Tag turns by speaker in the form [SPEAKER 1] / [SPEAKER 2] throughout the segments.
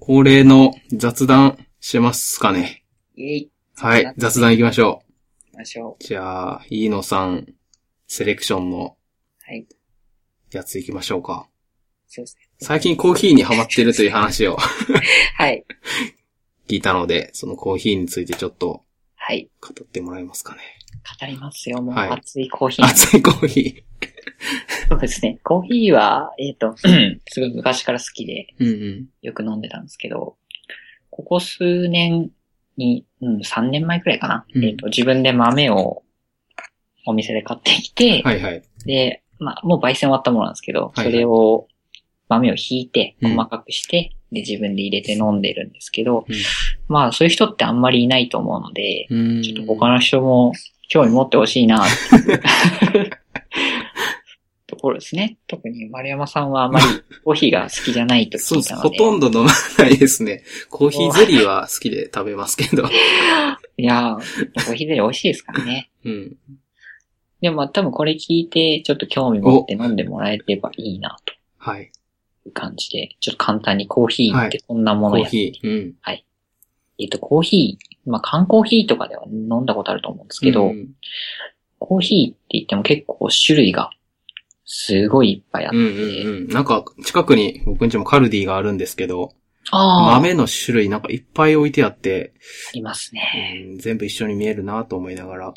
[SPEAKER 1] 恒例の雑談しますかね。
[SPEAKER 2] イェイ、
[SPEAKER 1] はい、雑談行きましょ
[SPEAKER 2] 行きましょ
[SPEAKER 1] う。じゃあ、飯野さん、セレクションの
[SPEAKER 2] う。はい。
[SPEAKER 1] やつ行きましょうか。
[SPEAKER 2] そうですね。
[SPEAKER 1] 最近コーヒーにハマってるという話を
[SPEAKER 2] はい。
[SPEAKER 1] 聞いたので、そのコーヒーについてちょっと
[SPEAKER 2] はい。
[SPEAKER 1] 語ってもらえますかね。
[SPEAKER 2] 語りますよ。もう
[SPEAKER 1] はい
[SPEAKER 2] 熱いコーヒー。
[SPEAKER 1] 熱いコーヒ
[SPEAKER 2] そうですね。コーヒーは、えっ、と、 すごい昔から好きで
[SPEAKER 1] ー。うん
[SPEAKER 2] よく飲んでたんですけど、ここ数年に、うん、3年前くらいかな。
[SPEAKER 1] うん
[SPEAKER 2] えっ、と、自分で豆をお店で買ってきて、
[SPEAKER 1] うん。はいはい。
[SPEAKER 2] で、まあ、もう焙煎終わったものなんですけど、
[SPEAKER 1] はいはい
[SPEAKER 2] それを、豆を引いて、
[SPEAKER 1] うん
[SPEAKER 2] 細かくして、で、自分で入れて飲んでるんですけど、
[SPEAKER 1] うん
[SPEAKER 2] まあ、そういう人ってあんまりいないと思うので、
[SPEAKER 1] うーん。
[SPEAKER 2] ちょっと他の人も興味持ってほしいな、っていうところですね。特に丸山さんはあまりコーヒーが好きじゃないと
[SPEAKER 1] そう
[SPEAKER 2] 聞い
[SPEAKER 1] です。
[SPEAKER 2] た
[SPEAKER 1] ほ
[SPEAKER 2] ので。
[SPEAKER 1] とんど飲まないですね。コーヒーゼリーは好きで食べます けど。
[SPEAKER 2] いやー、コーヒーゼリー美味しいですからね。
[SPEAKER 1] うん。
[SPEAKER 2] でも、まあ多分これ聞いて、ちょっと興味持って飲んでもらえればいいな、と。
[SPEAKER 1] はい。
[SPEAKER 2] いう感じで、ちょっと簡単にコーヒーってこんなも
[SPEAKER 1] コ
[SPEAKER 2] の
[SPEAKER 1] ー
[SPEAKER 2] や、
[SPEAKER 1] ヒー。うん。
[SPEAKER 2] えっと、コーヒー、まあ、缶コーヒーとかでは飲んだことあると思うんですけど、
[SPEAKER 1] うん
[SPEAKER 2] コーヒーって言っても結構種類がすごいいっぱいあって、
[SPEAKER 1] うんうんうん。なんか、近くに僕んちもカルディがあるんですけど、
[SPEAKER 2] あーあ
[SPEAKER 1] 豆の種類なんかいっぱい置いてあって、
[SPEAKER 2] りますね。
[SPEAKER 1] うん全部一緒に見えるなと思いながら。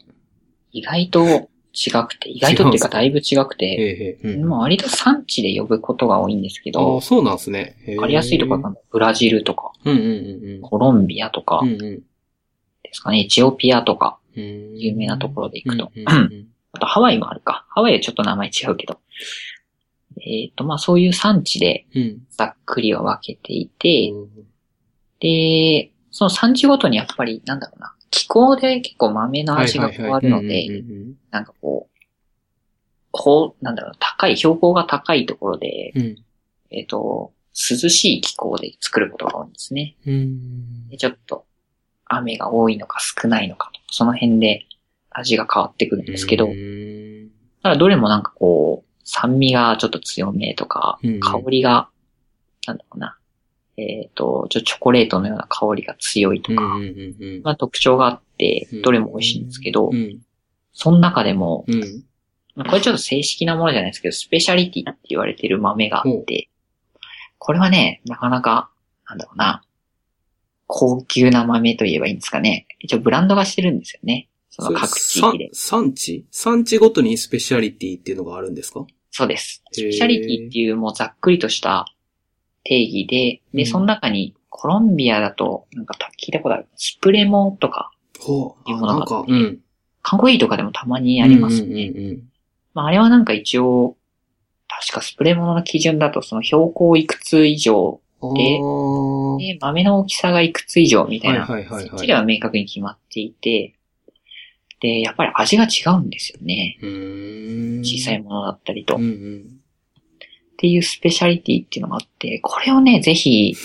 [SPEAKER 2] 意外と違くて、意外とっていうかだいぶ違く
[SPEAKER 1] え
[SPEAKER 2] て、
[SPEAKER 1] えええうん
[SPEAKER 2] まあ割と産地で呼ぶことが多いんですけ
[SPEAKER 1] ああ、
[SPEAKER 2] ど、
[SPEAKER 1] そうなんですね。
[SPEAKER 2] わかりやすいとこ
[SPEAKER 1] か
[SPEAKER 2] はあのブラジルとか、
[SPEAKER 1] うんうんうん
[SPEAKER 2] コロンビアとか
[SPEAKER 1] うん。うんうん
[SPEAKER 2] ですかね、エチオピアとか、
[SPEAKER 1] うん。
[SPEAKER 2] 有名なところで行くと。
[SPEAKER 1] うんうんうん
[SPEAKER 2] あとハワイもあるか。ハワイはちょっと名前違うけど。えっ、と、まあそういう産地で
[SPEAKER 1] うん。
[SPEAKER 2] ざっくりは分けていて、
[SPEAKER 1] うん
[SPEAKER 2] で、その産地ごとにやっぱり、なんだろうな、気候で結構豆の味が変わるの
[SPEAKER 1] はいはいはい
[SPEAKER 2] で、
[SPEAKER 1] うんうん
[SPEAKER 2] なんかこう、こう、なんだろう、高い、標高が高いところで、
[SPEAKER 1] うんうん
[SPEAKER 2] えっ、と、涼しい気候で作ることが多いんですね。
[SPEAKER 1] うん
[SPEAKER 2] でちょっと、雨が多いのか少ないのかと、その辺で味が変わってくるんですけど
[SPEAKER 1] う、ん
[SPEAKER 2] ただどれもなんかこう、酸味がちょっと強めとか、
[SPEAKER 1] うんうん
[SPEAKER 2] 香りが、なんだろうな、えっ、と、ちょ、チョコレートのような香りが強いと
[SPEAKER 1] うん
[SPEAKER 2] か、
[SPEAKER 1] うんうんうん
[SPEAKER 2] まあ特徴があって
[SPEAKER 1] うん、
[SPEAKER 2] どれも美味しいんですけど、
[SPEAKER 1] うん
[SPEAKER 2] その中でも、
[SPEAKER 1] うん。
[SPEAKER 2] まあこれちょっと正式なものじゃないですけど、スペシャリティって言われてる豆があって、これはね、なかなか、なんだろうな、高級な豆と言えばいいんですかね。一応ブランドがしてるんですよね。その各地域で。
[SPEAKER 1] さ産地産地ごとにスペシャリティっていうのがあるんですか
[SPEAKER 2] そうです。
[SPEAKER 1] へ
[SPEAKER 2] ス
[SPEAKER 1] ー
[SPEAKER 2] ペシャリティっていうもうざっくりとした定義で、
[SPEAKER 1] う
[SPEAKER 2] で、
[SPEAKER 1] ん
[SPEAKER 2] その中にコロンビアだと、なんか聞いたことある、スプレモとか、
[SPEAKER 1] ほう。
[SPEAKER 2] い
[SPEAKER 1] あ
[SPEAKER 2] うもの
[SPEAKER 1] なん
[SPEAKER 2] が
[SPEAKER 1] か、うん。
[SPEAKER 2] 韓国とかでもたまにありますよね。
[SPEAKER 1] うんうんうんうん
[SPEAKER 2] まあ、あれはなんか一応、確かスプレモの基準だと、その標高いくつ以上
[SPEAKER 1] あ
[SPEAKER 2] で
[SPEAKER 1] ー
[SPEAKER 2] で、豆の大きさがいくつ以上みたいな、
[SPEAKER 1] はいはいはいはい
[SPEAKER 2] そっちでは明確に決まっていて、で、やっぱり味が違うんですよね。
[SPEAKER 1] うーん
[SPEAKER 2] 小さいものだったりと。
[SPEAKER 1] うん
[SPEAKER 2] っ
[SPEAKER 1] うん。
[SPEAKER 2] ていうスペシャリティっていうのがあって、これをね、ぜ ひ、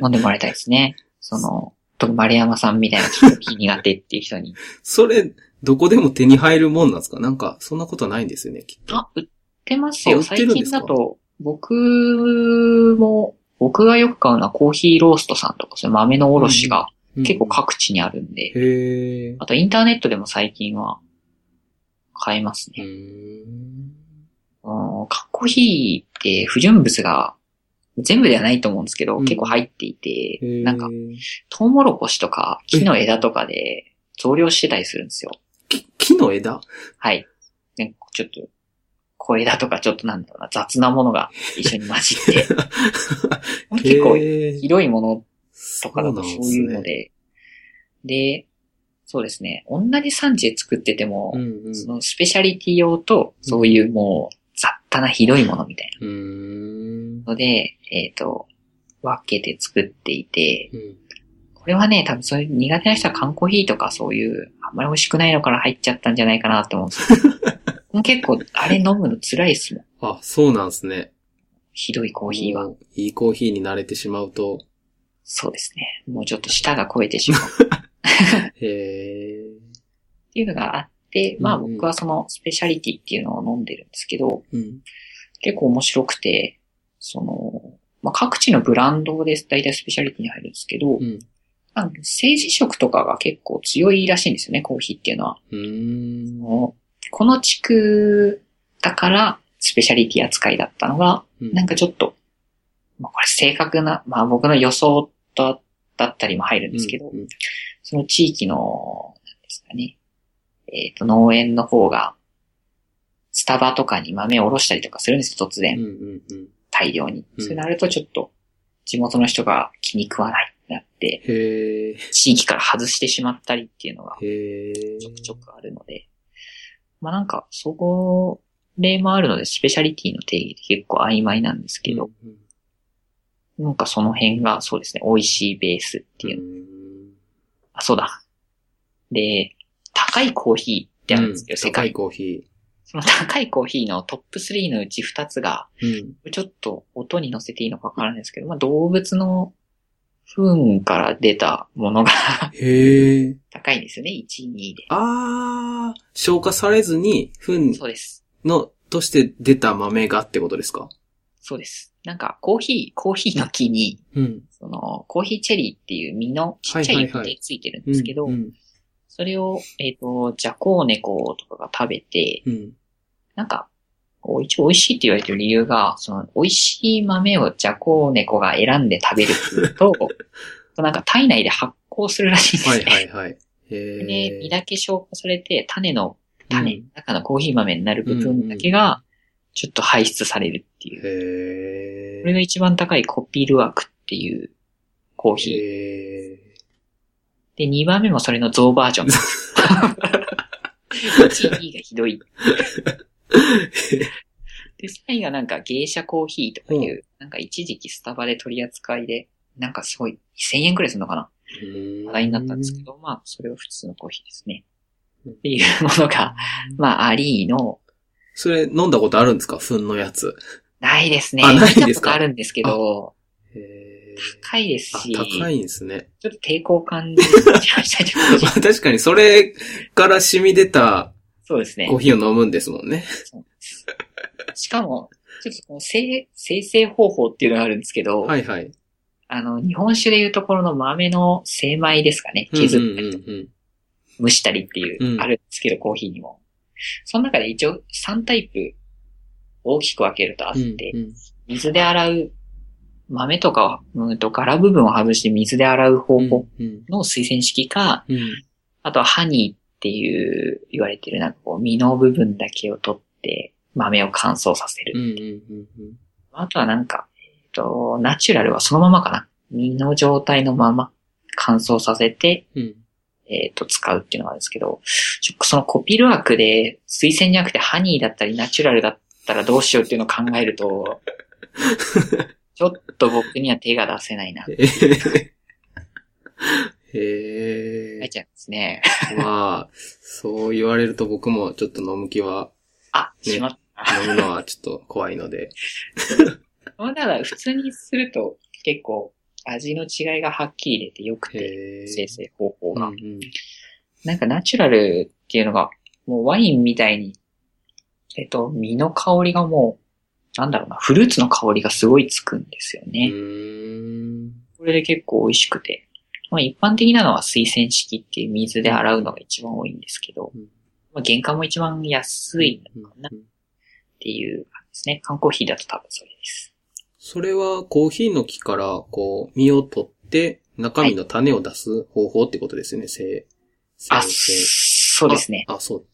[SPEAKER 2] 飲んでもらいたいですね。その、特に丸山さんみたいなちょっと気苦手っていう 人に。
[SPEAKER 1] それ、どこでも手に入るもんなんですかなんか、そんなことはないんですよね、きっと。
[SPEAKER 2] あ、売ってます
[SPEAKER 1] あ
[SPEAKER 2] よ。
[SPEAKER 1] 売ってる
[SPEAKER 2] 最
[SPEAKER 1] んで
[SPEAKER 2] 近
[SPEAKER 1] すか
[SPEAKER 2] だと、僕も、僕がよく買うのはコーヒーローストさんとか、そういう豆のおろしが結構各地にあるんで、
[SPEAKER 1] うんへー
[SPEAKER 2] あとインターネットでも最近は買えます
[SPEAKER 1] う
[SPEAKER 2] ね。
[SPEAKER 1] ーん。
[SPEAKER 2] うん、缶コーヒーって不純物が全部ではないと思うんですけど、
[SPEAKER 1] うん
[SPEAKER 2] 結構入っていて、
[SPEAKER 1] へー
[SPEAKER 2] なんか、トウモロコシとか木の枝とかで増量してたりするんですよ。
[SPEAKER 1] き木の枝
[SPEAKER 2] はい。なんかちょっと、小枝とかちょっとなんだろうな、雑なものが一緒に混じ って、結構
[SPEAKER 1] 広
[SPEAKER 2] 広いものと
[SPEAKER 1] と
[SPEAKER 2] かだとそういうの。で、で、そうですね、同じ産地で作ってても、
[SPEAKER 1] そうなんです
[SPEAKER 2] そ
[SPEAKER 1] ね
[SPEAKER 2] のスペシャリティ用と、そういうもう雑多なひどいものみたい
[SPEAKER 1] うんうん。う
[SPEAKER 2] なので、えっ、と、分けて作っていて、
[SPEAKER 1] ーん。うん
[SPEAKER 2] これはね、多分そういう苦手な人は缶コーヒーとかそういう、あんまり美味しくないのから入っちゃったんじゃないかなって思うんです けど結構、あれ飲むの辛いっすもん。
[SPEAKER 1] あ、そうなんですね。
[SPEAKER 2] ひどいコーヒーは。
[SPEAKER 1] もういいコーヒーに慣れてしまうと。
[SPEAKER 2] そうですね。もうちょっと舌が超えてしまう。
[SPEAKER 1] へー
[SPEAKER 2] っていうのがあって、まあ
[SPEAKER 1] うんうん
[SPEAKER 2] 僕はそのスペシャリティっていうのを飲んでるんですけど、
[SPEAKER 1] うん。
[SPEAKER 2] 結構面白くて、その、まあ、各地のブランドで大体スペシャリティに入るんですけど、
[SPEAKER 1] うん。
[SPEAKER 2] なんか政治色とかが結構強いらしいんですよね、コーヒーっていうのは。
[SPEAKER 1] うーん。
[SPEAKER 2] もうこの地区だからスペシャリティ扱いだったのが、なんかちょっと、まあ、これ正確な、まあ僕の予想だだったりも入るんですけど、
[SPEAKER 1] うんうん
[SPEAKER 2] その地域の、なんですかね、えっ、と、農園の方が、スタバとかに豆をおろしたりとかするんですよ、突然
[SPEAKER 1] う。んうんうん。
[SPEAKER 2] 大量に。
[SPEAKER 1] うん
[SPEAKER 2] そうなるとちょっと、地元の人が気に食わないってなって、
[SPEAKER 1] へえ。
[SPEAKER 2] 地域から外してしまったりっていうのが、
[SPEAKER 1] へえ。
[SPEAKER 2] ちょくちょくあるので、まあなんか、そこ、例もあるので、スペシャリティの定義って結構曖昧なんですけど、
[SPEAKER 1] うんうん
[SPEAKER 2] なんかその辺が、そうですね、美味しいベースっていう。あ、そうだ。で、高いコーヒーってあるんですけど、
[SPEAKER 1] う
[SPEAKER 2] 世
[SPEAKER 1] ん高
[SPEAKER 2] 界
[SPEAKER 1] いコーヒ
[SPEAKER 2] その高いコーヒーのトップ3のうち2つが、
[SPEAKER 1] ー。うん。
[SPEAKER 2] ちょっと音に乗せていいのかわからないですけど、まあ、動物の糞から出たものが
[SPEAKER 1] へえ。
[SPEAKER 2] 高いんですよね、1、2で。
[SPEAKER 1] あー、消化されずに、糞
[SPEAKER 2] そうです。
[SPEAKER 1] の、として出た豆がってことですか
[SPEAKER 2] そうです。なんか、コーヒー、コーヒーの木に、
[SPEAKER 1] うん。
[SPEAKER 2] その、コーヒーチェリーっていう実のちっちゃい実
[SPEAKER 1] はいはいは
[SPEAKER 2] でついてるんですけど、
[SPEAKER 1] うん。うん
[SPEAKER 2] それを、えっ、と、ジャコーネコとかが食べて、
[SPEAKER 1] うん。
[SPEAKER 2] なんか、こう一応美味しいって言われてる理由が、その、美味しい豆をジャコーネコが選んで食べるっていうの と、なんか体内で発酵するらしいんです
[SPEAKER 1] は
[SPEAKER 2] ね。
[SPEAKER 1] いはいはい。へ
[SPEAKER 2] で、
[SPEAKER 1] え。
[SPEAKER 2] 実だけ消化されて、種の、種
[SPEAKER 1] う
[SPEAKER 2] の中のコーヒー豆になる部分だけが、ちょっと排出されるっていう。
[SPEAKER 1] へ
[SPEAKER 2] これ
[SPEAKER 1] え。
[SPEAKER 2] が一番高いコピルワクっていうコーヒー。
[SPEAKER 1] へえ。
[SPEAKER 2] で、2番目もそれの増バ ージョン。1位が ひどい。で、3位がなんか芸者コーヒーとかいう、なんか一時期スタバで取り扱いで、なんかすごい、1000円くらいするのかな話題になったんですけど、まあ、それは普通のコーヒーですね。っていうものが、まあ、アリーの、
[SPEAKER 1] それ飲んだことあるんですか糞のやつ。
[SPEAKER 2] ないですね。
[SPEAKER 1] あないんですか
[SPEAKER 2] 見たことあるんですけど、
[SPEAKER 1] へ
[SPEAKER 2] 高いですし、
[SPEAKER 1] ーあ、高いんですね。
[SPEAKER 2] ちょっと抵抗感じましたけ
[SPEAKER 1] ま
[SPEAKER 2] ど
[SPEAKER 1] あ確かにそれから染み出た
[SPEAKER 2] そうですね
[SPEAKER 1] コー。ヒーを飲むんですもんね。
[SPEAKER 2] しかも、ちょっとこの生生成方法っていうのがあるんですけど、
[SPEAKER 1] はいはい。
[SPEAKER 2] あの、日本酒でいうところの豆の精米ですかね。削ったりとか、
[SPEAKER 1] うんうんうん
[SPEAKER 2] 蒸したりっていう、
[SPEAKER 1] うん
[SPEAKER 2] あるんですけど、コーヒーにも。その中で一応3タイプ大きく分けるとあっ
[SPEAKER 1] う
[SPEAKER 2] て、
[SPEAKER 1] んうん
[SPEAKER 2] 水で洗う、豆とかを、うんと柄部分を外して水で洗う方
[SPEAKER 1] うん
[SPEAKER 2] 法
[SPEAKER 1] うん
[SPEAKER 2] の推薦式か、
[SPEAKER 1] うん
[SPEAKER 2] あとはハニーっていう言われてるなんかこう、実の部分だけを取って豆を乾燥させる。
[SPEAKER 1] うんうんうん
[SPEAKER 2] あとはなんか、えっと、ナチュラルはそのままかな。身の状態のまま乾燥させて、
[SPEAKER 1] うん
[SPEAKER 2] えっ、と、使うっていうのがあるんですけど、ちょそのコピル枠で、推薦じゃなくてハニーだったりナチュラルだったらどうしようっていうのを考え ると、ちょっと僕には手が出せないな。
[SPEAKER 1] へー
[SPEAKER 2] 考
[SPEAKER 1] へ
[SPEAKER 2] えちゃいますね。
[SPEAKER 1] え。まあ、そう言われると僕もちょっと飲む気 は、
[SPEAKER 2] あ、
[SPEAKER 1] ね
[SPEAKER 2] しまっ
[SPEAKER 1] 飲むのはちょっと怖いので。
[SPEAKER 2] た。だから普通にすると結構味の違いがはっきり出てよくて、
[SPEAKER 1] へえ。
[SPEAKER 2] 生成方法
[SPEAKER 1] うん
[SPEAKER 2] が。
[SPEAKER 1] うん
[SPEAKER 2] なんかナチュラルっていうのが、もうワインみたいに、えっと、実の香りがもう、なんだろうな、フルーツの香りがすごいつくんですよ
[SPEAKER 1] う
[SPEAKER 2] ね。
[SPEAKER 1] ーん。
[SPEAKER 2] これで結構美味しくて。まあ一般的なのは水洗式っていう水で洗うのが一番多いんですけど
[SPEAKER 1] うん、
[SPEAKER 2] まあ原価も一番安いっ
[SPEAKER 1] うんうん
[SPEAKER 2] ていう感じですね。缶コーヒーだと多分それです。
[SPEAKER 1] それはコーヒーの木から、こう、実を取って、中身の種を出す方法ってことですよね、生、
[SPEAKER 2] あ、
[SPEAKER 1] 生成
[SPEAKER 2] そうですね。
[SPEAKER 1] あ、そう。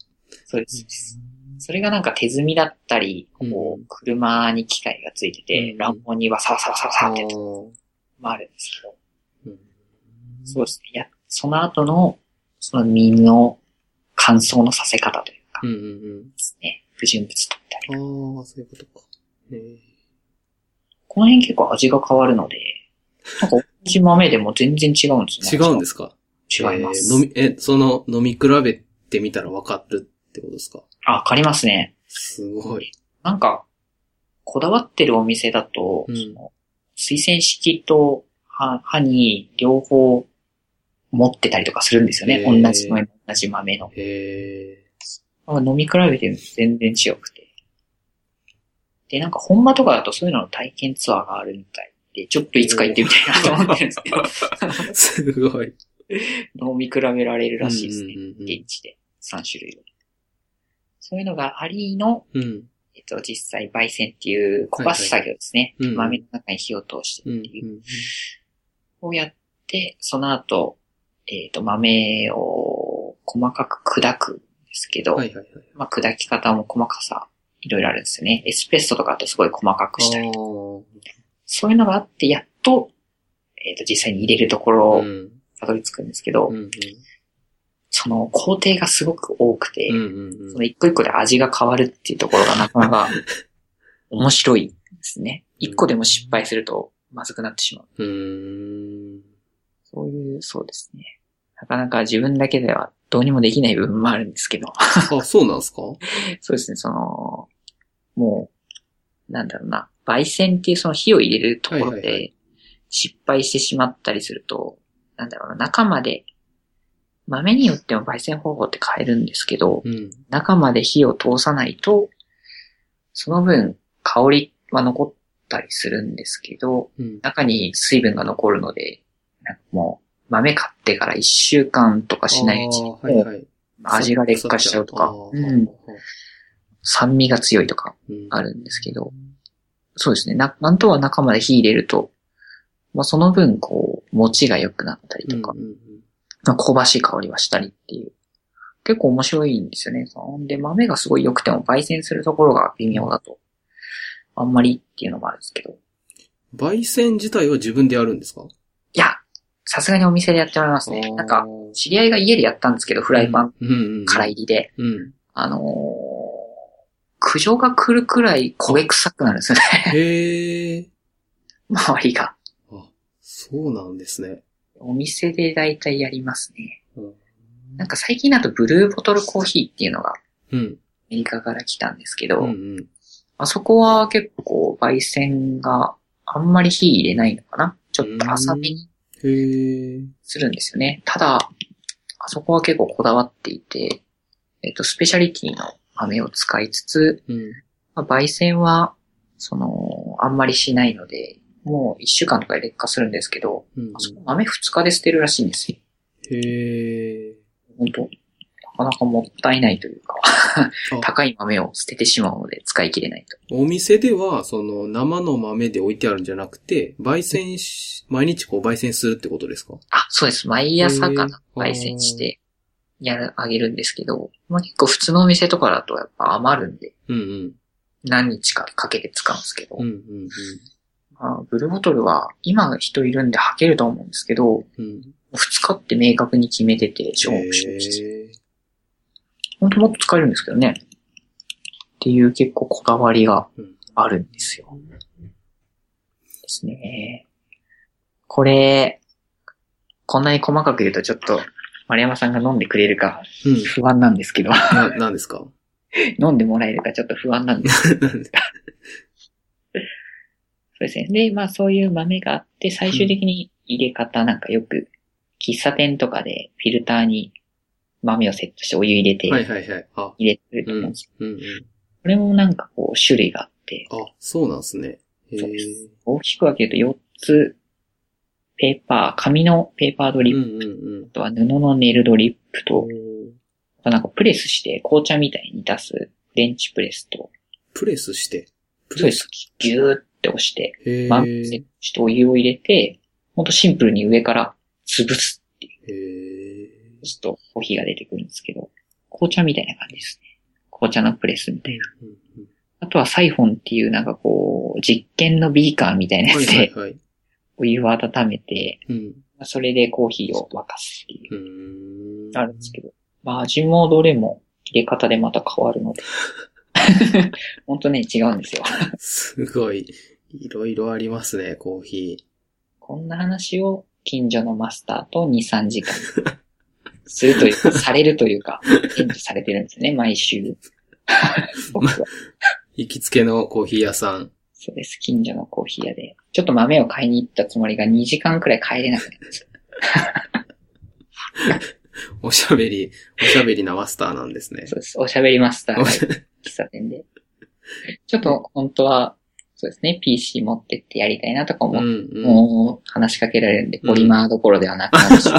[SPEAKER 2] そうですそうです。それがなんか手摘みだったり、こ
[SPEAKER 1] う
[SPEAKER 2] う、車に機械がついてて
[SPEAKER 1] う、ん
[SPEAKER 2] 乱毛にわさわさわさわさってやって
[SPEAKER 1] ー
[SPEAKER 2] 回るんですけど、
[SPEAKER 1] うん
[SPEAKER 2] そうですね。いや、その後の、その身の乾燥のさせ方というか
[SPEAKER 1] う
[SPEAKER 2] で
[SPEAKER 1] んうん
[SPEAKER 2] すね。不純物取ったり。
[SPEAKER 1] うん。ああ、そういうことか。えー
[SPEAKER 2] この辺結構味が変わるので、なんか同じ豆でも全然違うんです
[SPEAKER 1] 違
[SPEAKER 2] ね。
[SPEAKER 1] うんですすか
[SPEAKER 2] 違います。
[SPEAKER 1] えー飲み、え、その、飲み比べてみたら分かるってことですか
[SPEAKER 2] あ、わかりますね。
[SPEAKER 1] すごい。
[SPEAKER 2] なんか、こだわってるお店だと、
[SPEAKER 1] うん
[SPEAKER 2] その推薦式とは歯に両方持ってたりとかするんですよね。
[SPEAKER 1] へー
[SPEAKER 2] 同じ豆、同じ豆の。
[SPEAKER 1] へ
[SPEAKER 2] なんか飲み比べても全然違くて。で、なんか本場とかだとそういうのの体験ツアーがあるみたいて、ちょっといつか行ってみたいなと思ってるんですけど、
[SPEAKER 1] すごい。
[SPEAKER 2] 飲み比べられるらしいですね。
[SPEAKER 1] うんうんうん
[SPEAKER 2] 現地で3種類を。そういうのがありの、
[SPEAKER 1] うん。
[SPEAKER 2] えっと、実際焙煎っていう焦がす作業ですね。
[SPEAKER 1] はいはいうん
[SPEAKER 2] 豆の中に火を通して
[SPEAKER 1] うん。う
[SPEAKER 2] っ
[SPEAKER 1] ん
[SPEAKER 2] ていう。をやって、その後、えっ、と、豆を細かく砕くんですけど、
[SPEAKER 1] はいはいはい。
[SPEAKER 2] まあ砕き方も細かさ、いろいろあるんですよね。エスペッソとかだとすごい細かくしたり。
[SPEAKER 1] あー
[SPEAKER 2] そういうのがあって、やっと、えっ、と、実際に入れるところ
[SPEAKER 1] う
[SPEAKER 2] を
[SPEAKER 1] ん。
[SPEAKER 2] たどり着くんですけど、
[SPEAKER 1] うん。
[SPEAKER 2] その工程がすごく多くて、
[SPEAKER 1] うんうん
[SPEAKER 2] その一個一個で味が変わるっていうところがなか なか面白いですね。一個でも失敗するとまずくなってしまう。
[SPEAKER 1] うん。うん。
[SPEAKER 2] そういう、そうですね。なかなか自分だけではどうにもできない部分もあるんですけど、
[SPEAKER 1] あ、そうなんですか
[SPEAKER 2] そうですね、その、もう、なんだろうな、焙煎っていうその火を入れるところ
[SPEAKER 1] はいはいは
[SPEAKER 2] で失敗してしまったりすると、なんだろうな、中まで、豆によっても焙煎方法って変えるんですけど、
[SPEAKER 1] うん。
[SPEAKER 2] 中まで火を通さないと、その分香りは残ったりするんですけど、
[SPEAKER 1] うん。
[SPEAKER 2] 中に水分が残るので、なんかもう、豆買ってから一週間とかしないうちに
[SPEAKER 1] あ、ーはいはい。
[SPEAKER 2] 味が劣化しちゃうとか、
[SPEAKER 1] 腐っちゃう
[SPEAKER 2] うん、酸味が強いとか
[SPEAKER 1] うん
[SPEAKER 2] あるんですけど、そうですね。な、なんとは中まで火入れると、まあその分、こう、餅が良くなったりとか、
[SPEAKER 1] うんうんうん
[SPEAKER 2] まあ香ばしい香りはしたりっていう。結構面白いんですよね。そんで、豆がすごい良くても焙煎するところが微妙だと、あんまりっていうのもあるんですけど。い
[SPEAKER 1] 焙煎自体は自分でやるんですか
[SPEAKER 2] や、さすがにお店でやってもらいますね。なんか、、知り合いが家でやったんですけど、フ
[SPEAKER 1] フ
[SPEAKER 2] ライパンから
[SPEAKER 1] い。
[SPEAKER 2] 入りで、
[SPEAKER 1] うん。
[SPEAKER 2] あのー、苦情が来るくらい焦げ臭くなるんですよね、
[SPEAKER 1] へえ。
[SPEAKER 2] 周りが。
[SPEAKER 1] あ、そうなんですね。
[SPEAKER 2] お店で大体やりますね。
[SPEAKER 1] うん
[SPEAKER 2] なんか最近だとブルーボトルコーヒーっていうのがア
[SPEAKER 1] うん。
[SPEAKER 2] メリカから来たんですけど、
[SPEAKER 1] うんうん。
[SPEAKER 2] あそこは結構焙煎があんまり火入れないのかなちょっと浅めに
[SPEAKER 1] へえ。
[SPEAKER 2] するんですよね。ただ、あそこは結構こだわっていて、えっと、スペシャリティの豆を使いつつ、
[SPEAKER 1] うん。
[SPEAKER 2] まあ、焙煎は、その、あんまりしないので、もう一週間とかで劣化するんですけど、
[SPEAKER 1] うん
[SPEAKER 2] あそこ豆二日で捨てるらしいんですよ。
[SPEAKER 1] へえ。
[SPEAKER 2] 本当なかなかもったいないというか、
[SPEAKER 1] あ
[SPEAKER 2] 高い豆を捨ててしまうので使い切れないと。
[SPEAKER 1] お店では、その、生の豆で置いてあるんじゃなくて、焙煎し、毎日こう焙煎するってことですか
[SPEAKER 2] あ、そうです。毎朝かな。
[SPEAKER 1] へー
[SPEAKER 2] 焙煎して、やる、あげるんですけど、まあ、結構普通のお店とかだとやっぱ余るんで、
[SPEAKER 1] うんうん。
[SPEAKER 2] 何日かかけて使うんですけど、
[SPEAKER 1] うんうん
[SPEAKER 2] まあブルーボトルは今人いるんで履けると思うんですけど、
[SPEAKER 1] うん。うん。
[SPEAKER 2] 二日って明確に決めてて、勝負して
[SPEAKER 1] へえ
[SPEAKER 2] 本当もっと使えるんですけどね。っていう結構こだわりがあるんですよ。ですね。これ、こんなに細かく言うとちょっと、丸山さんが飲んでくれるか
[SPEAKER 1] うん。
[SPEAKER 2] 不安なんですけど、
[SPEAKER 1] な、なんですか
[SPEAKER 2] 飲んでもらえるかちょっと不安なんです。
[SPEAKER 1] なんで
[SPEAKER 2] そうですね。で、まあそういう豆があって、最終的に入れ方なんかよく、喫茶店とかでフィルターに豆をセットしてお湯入れて、
[SPEAKER 1] はい
[SPEAKER 2] 入
[SPEAKER 1] はいはい。あ、
[SPEAKER 2] れてくると
[SPEAKER 1] う
[SPEAKER 2] 思うん
[SPEAKER 1] ん
[SPEAKER 2] です。。
[SPEAKER 1] うんうん。
[SPEAKER 2] これもなんかこう種類があって、
[SPEAKER 1] あ、そうなんですね。へ
[SPEAKER 2] そうで
[SPEAKER 1] え。
[SPEAKER 2] 大きく分けると4つ、ペーパー、紙のペーパードリ
[SPEAKER 1] う
[SPEAKER 2] ップ
[SPEAKER 1] んうん
[SPEAKER 2] とは布のネイルドリップ
[SPEAKER 1] う
[SPEAKER 2] と、
[SPEAKER 1] ん。
[SPEAKER 2] あとなんかプレスして紅茶みたいに出す電池プレスと、
[SPEAKER 1] プレスして。プ
[SPEAKER 2] そうです。ギューって押して、
[SPEAKER 1] へ
[SPEAKER 2] マンプセ
[SPEAKER 1] え
[SPEAKER 2] ット。してお湯を入れて、ほんとシンプルに上から潰す。
[SPEAKER 1] へえ。
[SPEAKER 2] そうするとコーヒーが出てくるんですけど、紅茶みたいな感じですね。紅茶のプレスみたいな。
[SPEAKER 1] うんうん
[SPEAKER 2] あとはサイフォンっていうなんかこう、実験のビーカーみたいなや
[SPEAKER 1] はい
[SPEAKER 2] つ
[SPEAKER 1] はい
[SPEAKER 2] で
[SPEAKER 1] はい。
[SPEAKER 2] お湯を温めて、
[SPEAKER 1] うん。
[SPEAKER 2] まあそれでコーヒーを沸かすっていう
[SPEAKER 1] う、ーん。
[SPEAKER 2] あるんですけど。まあ味もどれも入れ方でまた変わるので。 本当ね、違うんですよ。
[SPEAKER 1] すごい。いろいろありますね、コーヒ
[SPEAKER 2] こんな話を近所のマスターと2、3時間するというか、されるというか、展示されてるんですね、毎週。 僕は
[SPEAKER 1] ー。行きつけのコーヒー屋さん。
[SPEAKER 2] そうです、近所のコーヒー屋で。ちょっと豆を買いに行ったつもりが2時間くらい帰れなくなっちゃう
[SPEAKER 1] おしゃべり、おしゃべりなマスターなんですね
[SPEAKER 2] そう。です、おしゃべりマスター
[SPEAKER 1] お
[SPEAKER 2] が
[SPEAKER 1] しゃ
[SPEAKER 2] 喫茶店で。ちょっと本当は、そうですね、PC 持ってってやりたいなとか
[SPEAKER 1] う
[SPEAKER 2] も、
[SPEAKER 1] んうん。
[SPEAKER 2] もう話しかけられるんで、
[SPEAKER 1] うん
[SPEAKER 2] ポリマーどころではなく なるし、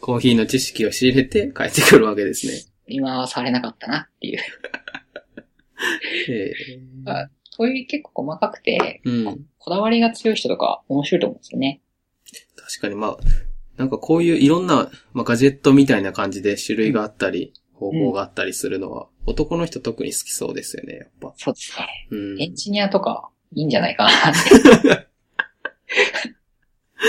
[SPEAKER 1] コーヒーの知識を仕入れて帰ってくるわけですね。
[SPEAKER 2] 今はされなかったなっていう。
[SPEAKER 1] ええ
[SPEAKER 2] あそういう結構細かくて、
[SPEAKER 1] うん。
[SPEAKER 2] こだわりが強い人とか面白いと思うんですよね。
[SPEAKER 1] 確かに、まあ、なんかこういういろんな、まあ、ガジェットみたいな感じで種類があったり、方法があったりするのは、男の人特に好きそうですよね、やっぱ。
[SPEAKER 2] そうですね。
[SPEAKER 1] うん。
[SPEAKER 2] エンジニアとか、いいんじゃないかなって。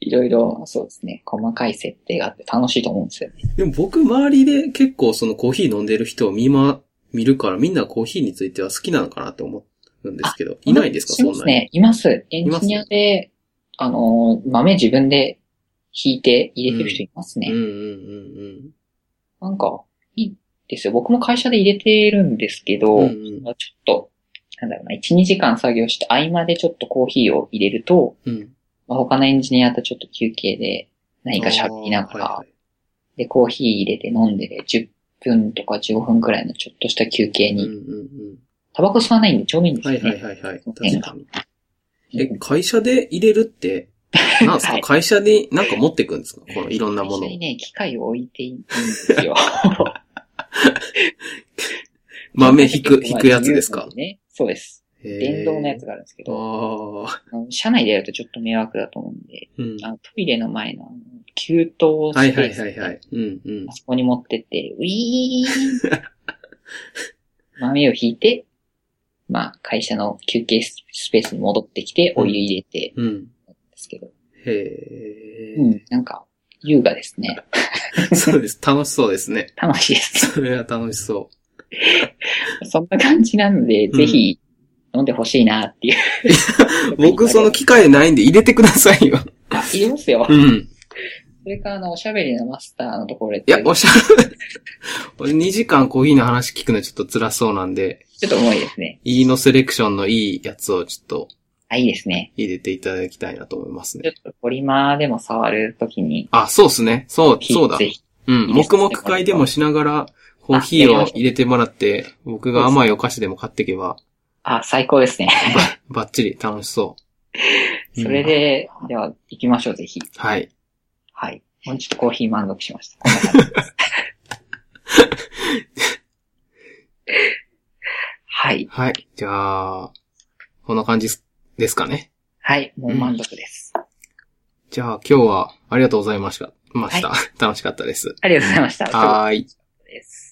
[SPEAKER 2] いろいろ、そうですね。細かい設定があって楽しいと思うんですよね。
[SPEAKER 1] でも僕、周りで結構そのコーヒー飲んでる人を見ま、見るから、みんなコーヒーについては好きなのかなって思うんですけど、いないですか、
[SPEAKER 2] い
[SPEAKER 1] そん
[SPEAKER 2] ま
[SPEAKER 1] なに。
[SPEAKER 2] すね。います。エンジニアで、あの、豆自分で引いて入れてる人いますね。
[SPEAKER 1] うんうんうん
[SPEAKER 2] なんか、いいですよ。僕も会社で入れてるんですけど、
[SPEAKER 1] うん。うんうん
[SPEAKER 2] まあちょっと、なんだろうな、1、2時間作業して、合間でちょっとコーヒーを入れると、
[SPEAKER 1] うん。
[SPEAKER 2] まあ、他のエンジニアとちょっと休憩で何か喋りながら、
[SPEAKER 1] あーはいはい
[SPEAKER 2] で、コーヒー入れて飲んでで、10分とか15分くらいのちょっとした休憩
[SPEAKER 1] うん
[SPEAKER 2] に、
[SPEAKER 1] うん
[SPEAKER 2] タバコ吸わないんでちょうどいいんで
[SPEAKER 1] うん。
[SPEAKER 2] す
[SPEAKER 1] は
[SPEAKER 2] よ
[SPEAKER 1] い
[SPEAKER 2] ね。
[SPEAKER 1] はいはいはい。確かに。
[SPEAKER 2] う
[SPEAKER 1] え、
[SPEAKER 2] ん
[SPEAKER 1] 会社で入れる って、なんすか、
[SPEAKER 2] はい
[SPEAKER 1] 会社になんか持ってくんですかこのいろんなも
[SPEAKER 2] 会
[SPEAKER 1] の
[SPEAKER 2] 社。にね、機械を置いていいんですよ。
[SPEAKER 1] 豆引く、引くやつですか
[SPEAKER 2] ね、そうです。電動のやつ
[SPEAKER 1] つ。
[SPEAKER 2] があるんですけど、
[SPEAKER 1] ああ。
[SPEAKER 2] あの社内でやるとちょっと迷惑だと思うんで、
[SPEAKER 1] うん。
[SPEAKER 2] あのトイレの前のあの給湯スペース、
[SPEAKER 1] はいはいはいはい。うんうん
[SPEAKER 2] あ。そこに持ってって、ウィーン豆を引いて、まあ、会社の休憩スペースに戻ってきて、お湯入れて、
[SPEAKER 1] うん。
[SPEAKER 2] ですけど。
[SPEAKER 1] へえ
[SPEAKER 2] う。ん、なんか、優雅ですね。
[SPEAKER 1] そうです。楽しそうです ね。
[SPEAKER 2] 楽しいです。
[SPEAKER 1] それは楽しそ
[SPEAKER 2] そんな感じなので、
[SPEAKER 1] うん
[SPEAKER 2] ぜひ、飲んでほしいなっていう
[SPEAKER 1] う。。 僕その機会ないんで入れてくださいよ。
[SPEAKER 2] あ、いりますよ
[SPEAKER 1] う。ん。
[SPEAKER 2] それから、あの、おしゃべりのマスターのところで。
[SPEAKER 1] いや、お
[SPEAKER 2] ち
[SPEAKER 1] しゃ、 俺2時間コーヒーの話聞くのちょっと辛そうなんで、
[SPEAKER 2] ょっと重いですね。
[SPEAKER 1] E のセレクションのいいやつをちょっと
[SPEAKER 2] あ、いいですね。
[SPEAKER 1] 入れていただきたいなと思います
[SPEAKER 2] ちょ
[SPEAKER 1] ね。
[SPEAKER 2] っと、ポリマーでも触るときに、
[SPEAKER 1] あ、そうですね。そう、そうだ。
[SPEAKER 2] ぜひ。
[SPEAKER 1] うん、
[SPEAKER 2] いいです
[SPEAKER 1] 黙
[SPEAKER 2] ね
[SPEAKER 1] 々会でもしながら、コーヒーを入れてもらって、僕が甘いお菓子でも買っていけば、
[SPEAKER 2] あ、最高ですね。
[SPEAKER 1] ばっちり楽しそう。
[SPEAKER 2] それ
[SPEAKER 1] うん、
[SPEAKER 2] で、では、行きましょう、ぜひ。
[SPEAKER 1] はい。
[SPEAKER 2] はい。もうちょっとコーヒー満足しました。こん な感じですはい。
[SPEAKER 1] はい。じゃあ、こんな感じですかね。
[SPEAKER 2] はい。もう満足です。
[SPEAKER 1] じゃあ、 今日はありがとうございました。ました。楽しかったです。
[SPEAKER 2] ありがとうございました。
[SPEAKER 1] はーい。
[SPEAKER 2] そうです。